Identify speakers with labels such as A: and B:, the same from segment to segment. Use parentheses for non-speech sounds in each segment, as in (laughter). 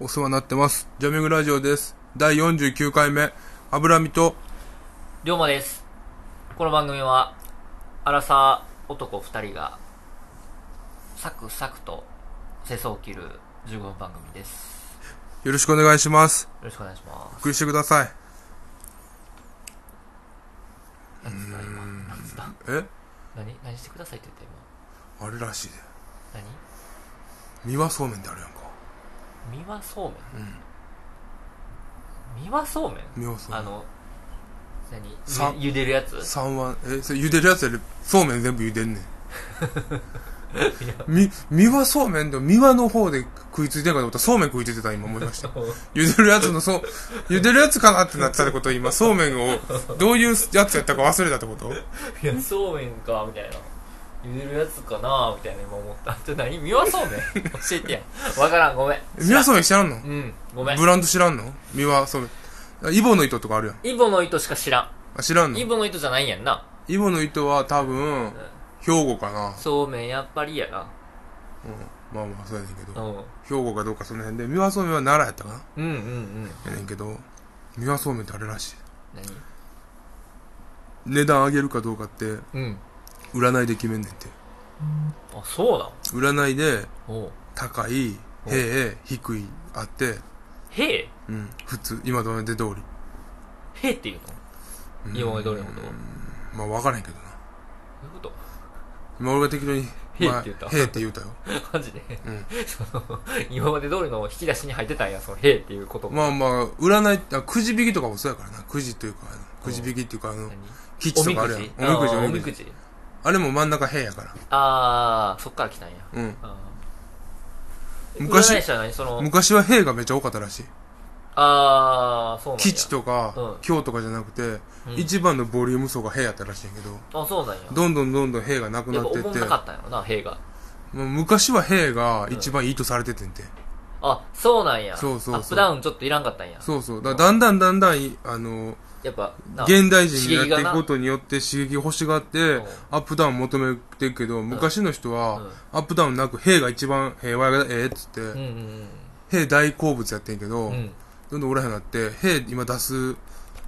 A: お世話になってます。ジャミングラジオです。第49回目、油身と、
B: 龍馬ですこの番組はアラサー男2人がサクサクと世相を切る15分番組です
A: よろしくお願いします。
B: よろしくお願いしま
A: お送りしてください。
B: す何つった今何つった
A: え
B: 何何してくださいって言っ
A: あれらしいで。
B: た今
A: 三輪そうめんってあるやんか。
B: 何三輪そう
A: うん。
B: めん三輪そうめん
A: 三輪そうめん。
B: あの何
A: さ
B: ゆ茹でるやつ
A: 三碗、え、それ茹でるやつやで、そうめん全部茹で
B: (laughs)
A: んねん。み、三輪そうめんでも三輪の方で食いついてんかと思ったらそうめん食いついてた今思い
B: (laughs)
A: ました。茹でるやつのそう、茹でるやつかなってなってたってこと今、そうめんを、どういうやつやったか忘れたってこと
B: いやそうめんかみたいな茹でるやつかなみたいな今思ったちょ何三輪そうめん教
A: (laughs)
B: えてやわからんごめん
A: 三輪そうめん知らんの
B: うんごめん
A: ブランド知らんの三輪そうめん。イボの糸とかあるやん。
B: イボの糸しか知らん
A: あ、知らんの
B: イボの糸じゃないんやんな
A: イボの糸は多分、兵庫かな。
B: そうめんやっぱりやな
A: うん。まあまあ、そうやねんけ
B: う
A: ど。
B: ん
A: 兵庫かどうかその辺で、三輪そうめんは奈良やったかな
B: うんうんうん
A: やねんけど、三輪そうめんってあれらしい。
B: 何
A: 値段上げるかどうかって、
B: うん
A: 占いで決めんねんて。
B: あそうだ
A: 占いで、
B: おう
A: 高い、平、低い、あって、
B: へえ
A: うん、普通、今と出通り。
B: へえっていうの
A: うん
B: 今までどれのことど
A: まあ、分からへんけどな。
B: ういうこと (laughs)
A: 今俺が適当に、
B: へ
A: まあ
B: って言った
A: へって言うたよ。
B: マジで、
A: ん
B: (laughs) その今まで通りの引き出しに入ってたんやそのへえっていうこと
A: まあまあ、占い、あくじ引きとかもそうやからな。くじというか、あのくじ引きっていうか、あの
B: 何、
A: 吉
B: お
A: と
B: み
A: かあ
B: く
A: るやん
B: じ。
A: おみくじ、お
B: あーお
A: み
B: み
A: く
B: く
A: じ。
B: じ
A: あれも真ん中平やから。
B: ああそっから来たんや
A: うん。
B: あー
A: 昔
B: 占い師は何その
A: 昔は平がめっちゃ多かったらしい。
B: ああそうなんや
A: 吉とか
B: うん、
A: 京とかじゃなくて、
B: うん
A: 一番のボリューム層が平やったらしいんやけど、
B: あそうなんや
A: どんどんどんどん平がなく
B: や
A: な
B: っぱ
A: って
B: お
A: っ
B: もん
A: て
B: な、かったんやろなへえが
A: もう昔は平が一番いいとされててんて。
B: あそうなんや
A: そうそうそう
B: アップダウンちょっといらんかったんや
A: そうそう。だからだんだんだんだん、あの、
B: やっぱな
A: 現代人になってい
B: 刺激
A: く
B: がな
A: ことによって刺激欲しがって
B: ん、
A: アップダウン求めてるけど、昔の人
B: うん
A: は、アップダウンなく、兵が一番平和がええっつっ
B: う
A: て、
B: んうん
A: 兵大好物やってんけど
B: うんう、ん
A: どんどんおらへんなって、兵今出す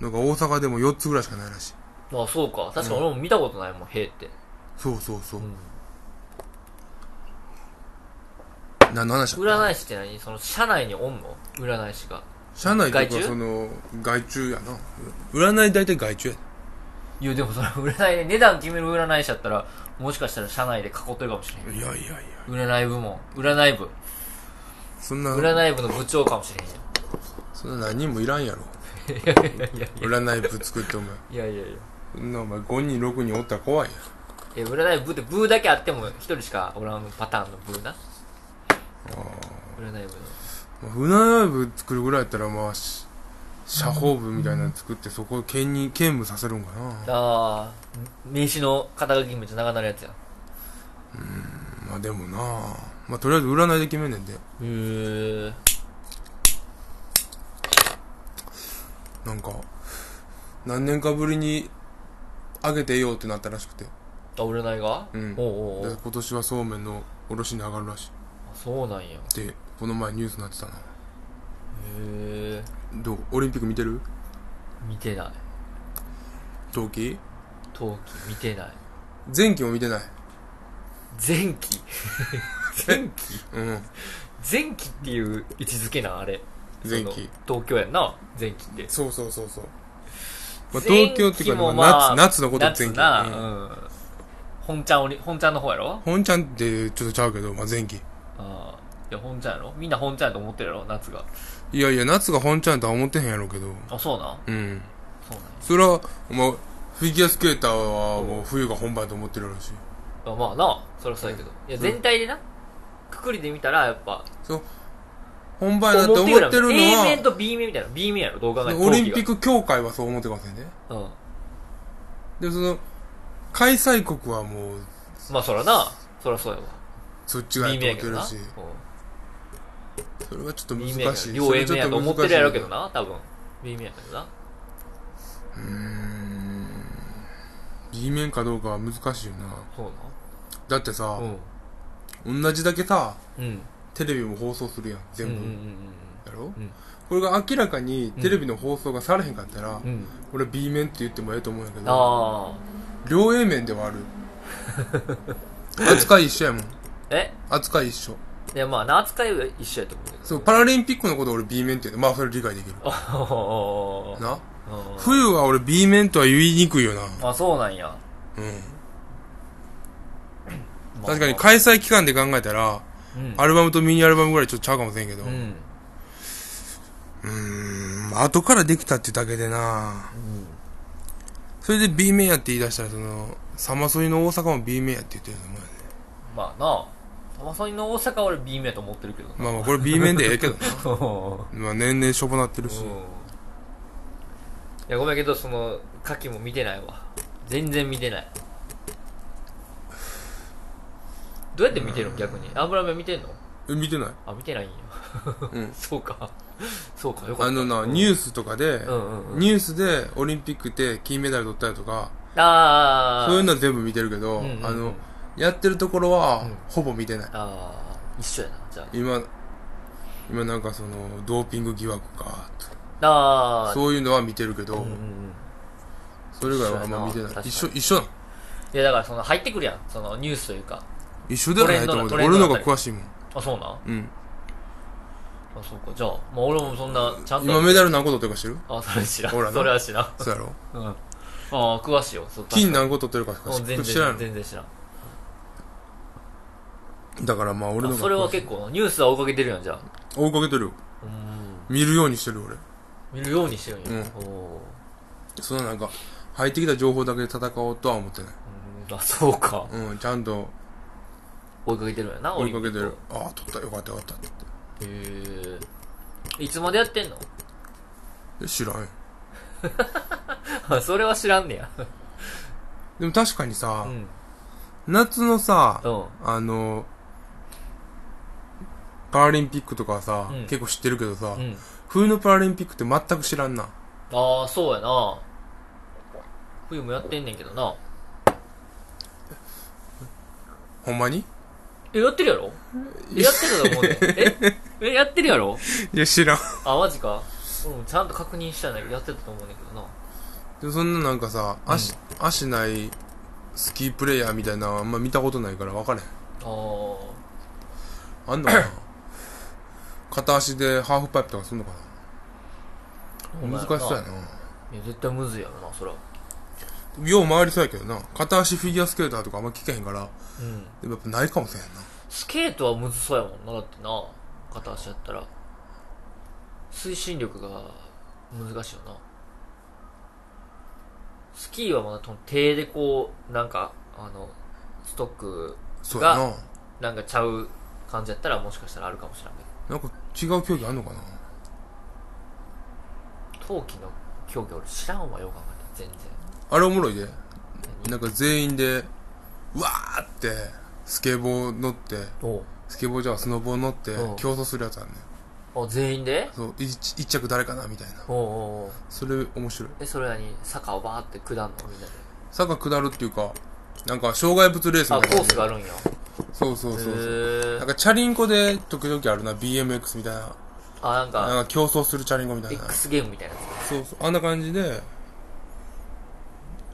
A: のが大阪でも4つぐらいしかないらしい。
B: まあそうか確か俺も見たことないもん「へ」って
A: そうそうそう
B: う。ん
A: 何の話だ
B: 占い師って何その社内におんの占い師が
A: 社内と
B: 外
A: か
B: 注
A: その、外注やな。占い大体外注や。
B: いやでもそれ占いで値段決める占い師だったらもしかしたら社内で囲ってるかもしれ
A: いやいやいや。
B: へん占い部門占い部
A: そんな、
B: 占い部の部長かもしれへんや
A: そんな何人もいらんやろ。
B: ん (laughs) いやいや
A: 占い部作ってお前。
B: いやいやいや
A: そんなお前5人6人おったら怖いやん。
B: え占い部って部だけあっても一人しかおらんパターンの部な占い部の
A: まあ船部作るぐらいやったらまあし社報部みたいなの作ってそこを兼任兼務させるんかな
B: ああ名刺の肩書きめっちゃ長なるやつや
A: まあでもなまあとりあえず占いで決めんねんで
B: へえ
A: なんか何年かぶりにあげてようってなったらしくて
B: あ占いが
A: うん
B: おうおうお
A: で
B: う
A: 今年はそうめんの卸に上がるらし
B: あそうなんやへ
A: いでこの前ニュースになってたな
B: え
A: どうオリンピック見てる
B: 見てない
A: 冬季
B: 冬季見てない
A: 前期も見てない (laughs)
B: 前期前期
A: うん
B: 前期っていう位置づけなあれ
A: 前
B: その
A: 期
B: 東京やんな前期って
A: そうそうそうそう、まあ、
B: 前
A: 東
B: 期
A: 京っていうか、
B: も
A: まあ、
B: まあ
A: 夏夏のこと前期
B: 夏なうん本ちゃんおり本ちゃんの方やろ
A: 本ちゃんってちょっとちゃうけど、まあ、前期。
B: ああいや本ちゃんやろみんな本ちゃんやと思ってるやろ夏が
A: いやいや、夏が本ちゃんとは思ってへんやろうけど。
B: あそうなん
A: うん。
B: そうなんや
A: それは、まあ、フィギュアスケーターはもう冬が本番と思ってるらしい。
B: あまあなそりゃそうやけど、いや全体でなくくりで見たらやっぱ
A: そう。本番だと思ってるの
B: A 面
A: は、
B: と B 面みたいな B 面やろどう考えても
A: オリンピッ
B: ク、
A: ク協会はそう思ってませんね。
B: うん、
A: で、その、開催国はもう、
B: まあそらなそらそうやわ
A: そっちがや
B: B
A: と
B: 面
A: 思っ
B: や
A: て
B: けど
A: る
B: な
A: し、それはちょっと
B: B
A: 難
B: 面や
A: しい。
B: 両 A
A: そ
B: 面
A: れは
B: や
A: ちょ
B: と
A: っ
B: 思っ
A: 難
B: て
A: しい
B: るやろうけど。な多分 B 面やけどな
A: うーん。B 面かどうかは難しいよな。
B: そう
A: だってさ
B: なう、ん
A: 同じだけさ、
B: うん
A: テレビも放送するやん、
B: うん
A: 全
B: うん
A: 部。
B: うんうん
A: やろ
B: うん
A: これが明らかにテレビの放送がされへんかったら、
B: うん
A: 俺 B 面って言ってもええと思うんやけど、
B: あ
A: 両 A 面ではある。
B: (laughs)
A: 扱い一緒やもん。
B: あえ
A: 扱い一緒。
B: いやまあ扱いは一緒やと思うけど (laughs)
A: そう、パラリンピックのことを俺 B 面って言うと、まあそれ理解できる。
B: あ
A: な
B: あ
A: 冬は俺 B 面とは言いにくいよな。
B: あそうなんや、
A: うん。
B: まあ
A: 確かに開催期間で考えたら、
B: うん
A: アルバムとミニアルバムぐらいちょっとちゃうかもしれんけど。
B: う
A: うんーん、後からできたってだけでな
B: うん
A: それで B 面やって言い出したら、その、サマソニの大阪も B 面やって言ってると思うよね。
B: まあなあマソニの大阪は俺 B 面やと思ってるけどな
A: まあまあ、これ B 面でええけ
B: (laughs)
A: どな。
B: うん
A: まあ、年々しょぼなってるし。
B: いやごめんけどそのカキも見てないわ全然見てないどうやって見てるの逆に油目見てんの
A: え、見てない
B: あ見てないんや、
A: うん
B: (laughs) そうかそうかよかった
A: あのな、ニ
B: ュ
A: ュースとかで、
B: うんうんうん
A: ニュースでオリンピックで金メダル取ったりとか、
B: ああ
A: そういうのは全部見てるけど、
B: うんうんうん
A: あの、やってるところは
B: ん、
A: ほぼ見てない。
B: ああ一緒やなじゃ
A: 今、今なんかその、ドーピング疑惑か、と
B: あああ
A: そういうのは見てるけど、
B: うんうんうん
A: それ以外はあんま見てない。一
B: 一緒
A: 緒、一緒なの
B: いやだからその入ってくるやんそのニュースというか
A: 一緒ではないと思うけど。
B: トレン
A: 俺
B: ド
A: の
B: の
A: 方が詳しいもん。
B: あそうなんあ
A: うん。
B: そうかじゃあ、まあ、俺もそんなちゃんと
A: 今メダル何個取ってるか知る
B: あそれ知らん
A: ほらな
B: それは知らん
A: そうやろ
B: うんああ詳しいよそう
A: 金何個取ってるかし
B: もう全
A: 知ら
B: 然
A: んの
B: 全然知らん
A: だからまあ俺の
B: あ
A: 方が
B: それは
A: 詳しい
B: 結構ニュースは追いかけてるやんじゃあ
A: 追いかけてるよ。
B: うん
A: 見るようにしてる俺。
B: 見るようにしてるんや、
A: う
B: おお
A: そのなんか、入ってきた情報だけで戦おうとは思ってない。
B: ーうんあそうか
A: うん、ちゃんと
B: 追いかけてるんやな
A: 追いかけて
B: オ
A: る。ああ、取ったよかったよかったって
B: リンピックへえいつまでやってんの (laughs)
A: え知らんよ。
B: あそれは知らんねや
A: でも確かに
B: う
A: さ、
B: ん
A: 夏のさ
B: う、ん
A: あの、パラリンピックとかはさ、
B: うん
A: 結構知ってるけどさ、
B: うん
A: 冬のパラリンピックって全く知らんな。
B: ああそうやな冬もやってんねんけどな
A: ほんまに
B: えやってるやろえやってると思う
A: (laughs)
B: ねええやってるやろ
A: いや、知らん。
B: あマジかうんちゃんと確認したんだけどやってたと思うねんけどな
A: でそんななんかさ、足、足ないスキープレイヤーみたいなのあんま見たことないから分かれへん。
B: ああ
A: あんのか (laughs) な片足でハーフパイプとかすんのかな難しそうやな。
B: いや絶対むずいやろなそら
A: よう回りそうやけどな。片足フィギュアスケーターとかあんま聞けへんから、
B: うん
A: でもやっぱないかもしれへんな。
B: スケートはむずそうやもんなだってな片足やったら推進力が難しいよなスキーはまだと手でこうなんかあのストック
A: そうやな。
B: なんかちゃう感じやったらもしかしたらあるかもしれんけ
A: なんか違う競技あんのかな
B: ど冬季の競技俺知らんわよく考えたら全然
A: あれおもろいで。なんか全員で、うわーって、スケボー乗って、
B: お
A: スケボーじゃあスノボー乗って
B: うん、
A: 競争するやつあるねん。
B: あ全員で
A: そう、一一着誰かなみたいな。
B: おうおうおう
A: それ面白い。
B: えそれなに坂をバーって下んのみんなで
A: 坂下るっていうか、なんか障害物レース
B: あ
A: みたいなや
B: コー
A: つ
B: ス
A: で。
B: があるんや
A: そうそうそうそう。
B: へ
A: なん
B: え
A: かチャリンコで時々あるな、BMX みたいな。
B: あなんか
A: なんか競争するチャリンコみたいな。
B: X ゲームみたいなや
A: そうそう。あんな感じで、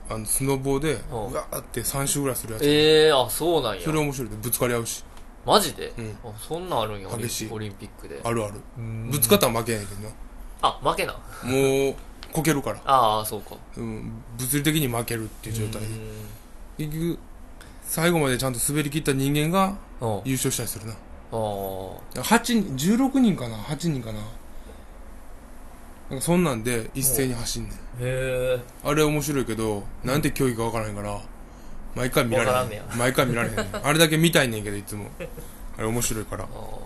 A: あの、スノボーで、う
B: うん
A: わーって3周ぐらいするや
B: つ
A: つ。
B: ええー、あそうなんや
A: それ面白いで、ぶつかり合うし。
B: マジで、
A: うん
B: あそんなんあるんやオリン
A: 激しい
B: オリンピックで
A: あるある。
B: うん
A: ぶつかったら負けやねんけどな。
B: あ負けな
A: もう、こけるから。
B: ああそうか
A: うん、物理的に負けるっていう状態
B: う。
A: 結局、最後までちゃんと滑り切った人間が
B: ん
A: 優勝したりするな。
B: あ
A: 8人、16人かな ?8 人かななんかそんなんで一斉に走んねん。
B: あへえ
A: あれ面白いけど、なんて競技かわからへんから、毎回見られ
B: わからんね
A: へん。毎回見られへん。あれだけ見たいねんけど、いつも。あれ面白いから
B: あ、ー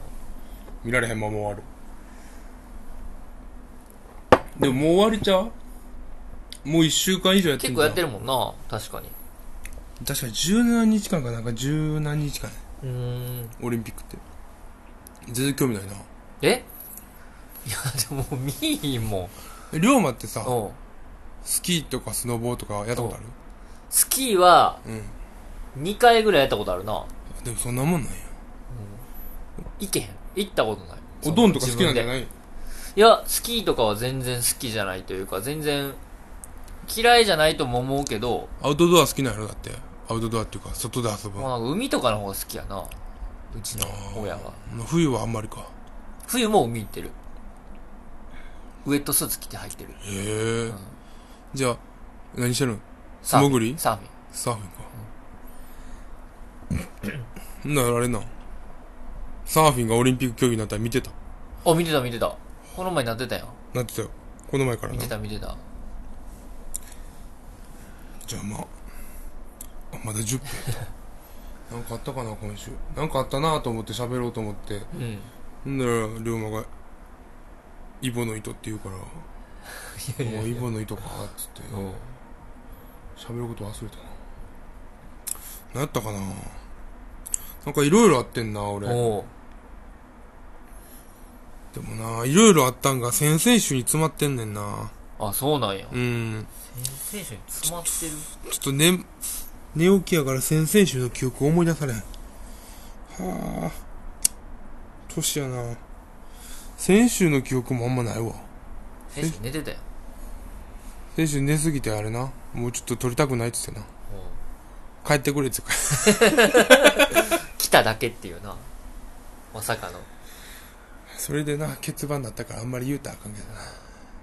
A: 見られへんまま終わる。でももう終わりちゃうもう一週間以上やって
B: 結
A: んじ
B: 構
A: ゃ
B: や
A: ん
B: ってるもんな確かに
A: 確かに十何日間かなんか十何日間やね
B: うーん
A: オリンピックって。全然興味ないな。
B: え (laughs) いやでも見いひんもん
A: え龍馬ってさ、
B: うん
A: スキーとかスノボーとかやったことある
B: スキーは
A: うん。
B: 2回ぐらいやったことあるな
A: でもそんなもんなんや。
B: 行けへん行ったことない
A: おどんとか好きなんじゃないい
B: いや、スキーとかは全然好きじゃないというか、全然、嫌いじゃないとも思うけど、
A: アウトドア好きなのだって。アウトドアっていうか、外で遊ぶ。
B: まあ、なんか海とかの方が好きやな。うちの親は。
A: 冬はあんまりか。
B: 冬も海行ってる。ウェットスーツ着て入ってる。
A: へえ、じゃあ、何してるん
B: サーフィン
A: 潜り
B: サーフィン。
A: サーフィンか。な、あれな。サーフィンがオリンピック競技になったら見てた。
B: あ、見てた見てた。この前なってたよ。
A: なってたよ。この前から
B: 見
A: な
B: て。た見てた。
A: じゃあまあ、あまだ10分やった。なんかあったかな、今週。なんかあったなと思って喋ろうと思って。
B: う
A: ん
B: ん。
A: だら、龍馬が、イボの糸って言うから、もうイボの糸か、つって。
B: うん
A: 喋ること忘れたな。何やったかななんかいろいろあってんな、俺。で
B: おう
A: もな、いろいろあったんが先々週に詰まってんねんな。
B: あ、そうなんや。
A: うん。
B: 先生に詰まってる。
A: ちょっと寝、寝起きやから先々週の記憶思い出されん。はあ。年やな。先週の記憶もあんまないわ。
B: 先生寝てたよ。
A: 先週寝すぎてあれな。もうちょっと撮りたくないって言ってな。
B: おう
A: 帰ってくれって言って
B: 来ただけっていうな。まさかの。
A: (laughs) それでな、欠番だったからあんまり言うたらあかんけどな。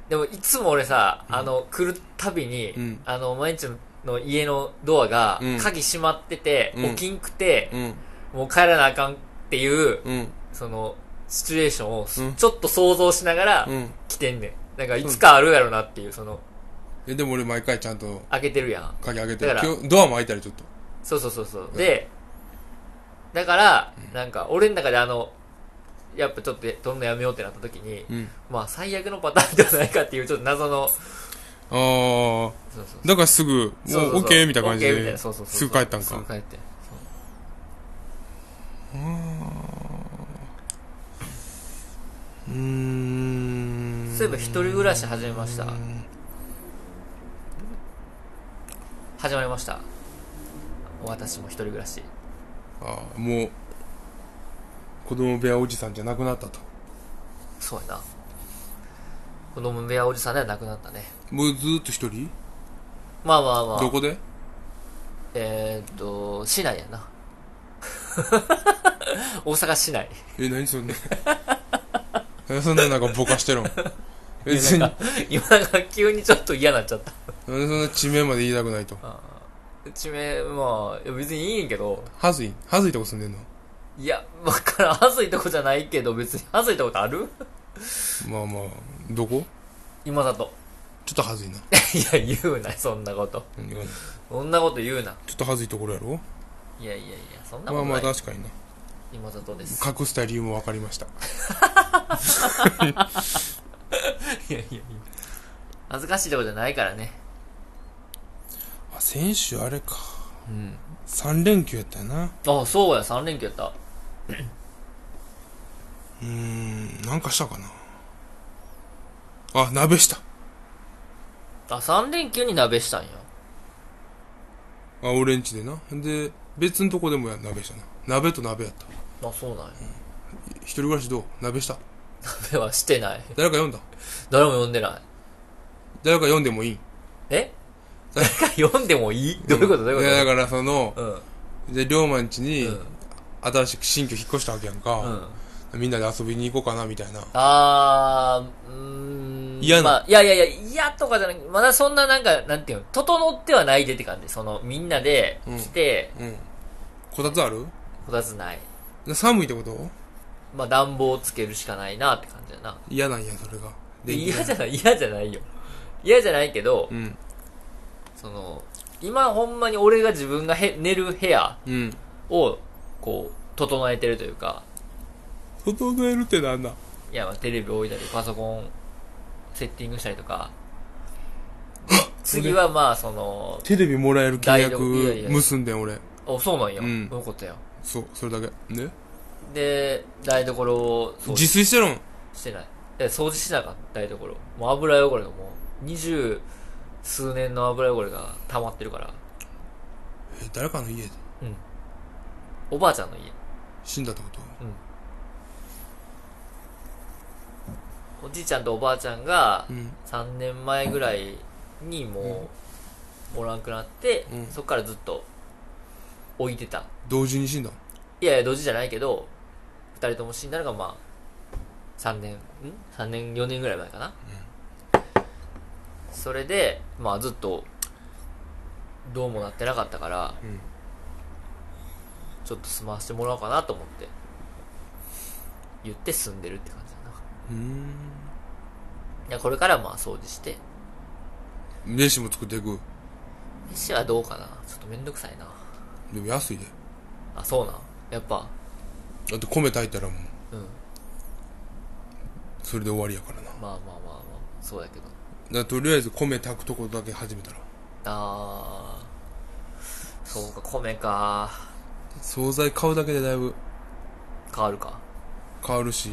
B: でもいつも俺さ、あの、来るたびに、
A: うん
B: あの、毎日の家のドアが
A: うん、
B: 鍵閉まってて、
A: うん
B: 起きんくて、
A: うん。
B: もう帰らなあかんっていう、
A: うん。
B: その、シチュエーションをす、
A: うん
B: ちょっと想像しながら
A: うん。
B: 来てんねん。なんかいつかあるやろなっていう、その、
A: え、でも俺毎回ちゃんと
B: 開けてるやん。
A: 鍵開けて
B: だから
A: 今日ドアも開いたりちょっと。
B: そうそうそうそう。で、だから、なんか、俺の中であの、やっぱちょっと撮るのやめようってなった時に、
A: うん。
B: まあ最悪のパターンではないかっていう、ちょっと謎の、
A: あ
B: そうそう
A: あ、だからすぐ、
B: そうそうそう
A: もうオッケーみたいな感じ
B: OK みたい
A: で、
B: なそうそうそう
A: すぐ帰ったん
B: すぐ
A: か。
B: 帰って。
A: うーん。
B: そういえば一人暮らし始めました。始まりました。私も一人暮らし。
A: ああ、もう、子供部屋おじさんじゃなくなったと。
B: そうやな。子供部屋おじさんではなくなったね。
A: もうずーっと一人
B: まあまあまあ。
A: どこで
B: えーっと、市内やな。 (laughs) 大阪市内。
A: え、何そんな。えそんななんかぼかしてるん。別に、なんで
B: 今なんか急にちょっと嫌になっちゃった。
A: そんな地名まで言いたくないと。
B: 地名、まあ、いや別にいいんやけど、
A: はずいはずいとこ住んでんの
B: いや、わからん。はずいとこじゃないけど、別にはずいとことある
A: まあまあ、どこ
B: 今だと。
A: ちょっとはずいな。
B: (laughs) いや、言うな、そんなこと。
A: 何が
B: そんなこと言うな。
A: ちょっとはずいところやろ
B: いやいやいや、そんなこ
A: まあ
B: と
A: ま
B: な
A: あ
B: い。
A: 確かにな。
B: 今里です。 (laughs)
A: 隠した理由も分かりました。
B: いやいやいや。恥ずかしいとこじゃないからね。
A: あ、先週あれか。
B: うん。
A: 3連休やったよな。
B: あ、そうや、3連休やった。
A: うーん、なんかしたかな。あ、鍋した。
B: あ、3連休に鍋したんや。
A: あ、俺んちでな。で、別のとこでもや鍋したな。鍋と鍋やった。
B: あ、そうなんや。
A: 一人暮らしどう鍋した。
B: 鍋はしてない。
A: 誰か読んだ
B: 誰も読んでない。
A: 誰か読んでもいい
B: え
A: 誰
B: 誰か読んでもいい (laughs) どういうことどう
A: や、
B: いう
A: だか
B: こ
A: らその、
B: とうん。
A: で、龍馬んちに
B: うん、
A: 新しく新居引っ越したわけやん
B: う
A: か。
B: ん。
A: みんなで遊びに行こうかな、みたいな。
B: あー、うーん。
A: 嫌な
B: まあ、いやいやいや、嫌とかじゃなくまだそんななんか、なんていうの、整ってはないでって感じ。その、みんなで来て、
A: うん。こたつある
B: こたつない。
A: で寒いってこと
B: まあ、暖房つけるしかないなって感じだな。
A: 嫌なんや、それが。で
B: 嫌じゃない、嫌じゃないよ。嫌じゃないけど、
A: うん。
B: その、今ほんまに俺が自分がへ寝る部屋
A: うん。
B: を、こう、整えてるというか、
A: 整えるってなんだ
B: いや、まあテレビ置いたり、パソコン、セッティングしたりとか、次はまあ、その、
A: テレビもらえる契約
B: 大丈夫いやいや
A: 結んでん俺
B: お、そうなんや。
A: うん
B: よかったよ。
A: そうそれだけね
B: で、台所を
A: 自
B: 掃除
A: 炊してるん
B: してない。え、掃除しなかった台所。もう油汚れがもう、二十数年の油汚れが溜まってるから、
A: え誰かの家で
B: おばあちゃんの家。
A: 死んだってこと
B: おおじいちゃんとおばあちゃんが
A: うん。
B: 3年前ぐらいにもうおらんくなって、
A: うん
B: そっからずっと置いてた
A: 同時に死んだ。
B: いやいや同時じゃないけど2人とも死んだのがまあ3年ん3年4年ぐらい前かな、それでまあずっとどうもなってなかったから
A: うん。
B: ちょっと済ませてもらおうかなと思って言って住んでるって感じだな
A: うーん。
B: いやこれからまあ掃除して
A: 飯も作っていく。
B: 飯はどうかなちょっとめんどくさいな
A: でも安いで。
B: あそうなんやっぱ
A: だって米炊いたらもう、
B: うん
A: それで終わりやからな。だか
B: まあまあまあまあそうやけど
A: らとりあえず米炊くとこだけ始めたら。
B: あーそうか米か
A: 惣菜買うだけでだいぶ
B: 変わるか
A: 変わるし、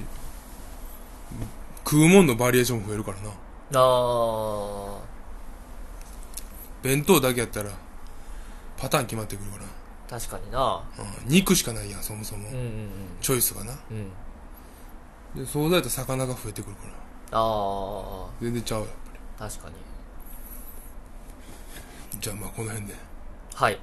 A: 食うもんのバリエーションも増えるからな。
B: あ
A: 弁当だけやったら、パターン決まってくるから。
B: ー確かにな
A: うん肉しかないやん、そもそも。
B: うんうん
A: チョイスがな。
B: うんうん
A: で、惣菜と魚が増えてくるから。
B: あ
A: 全然ちゃうよ。
B: ー確かに
A: じゃあまあこの辺で。
B: はい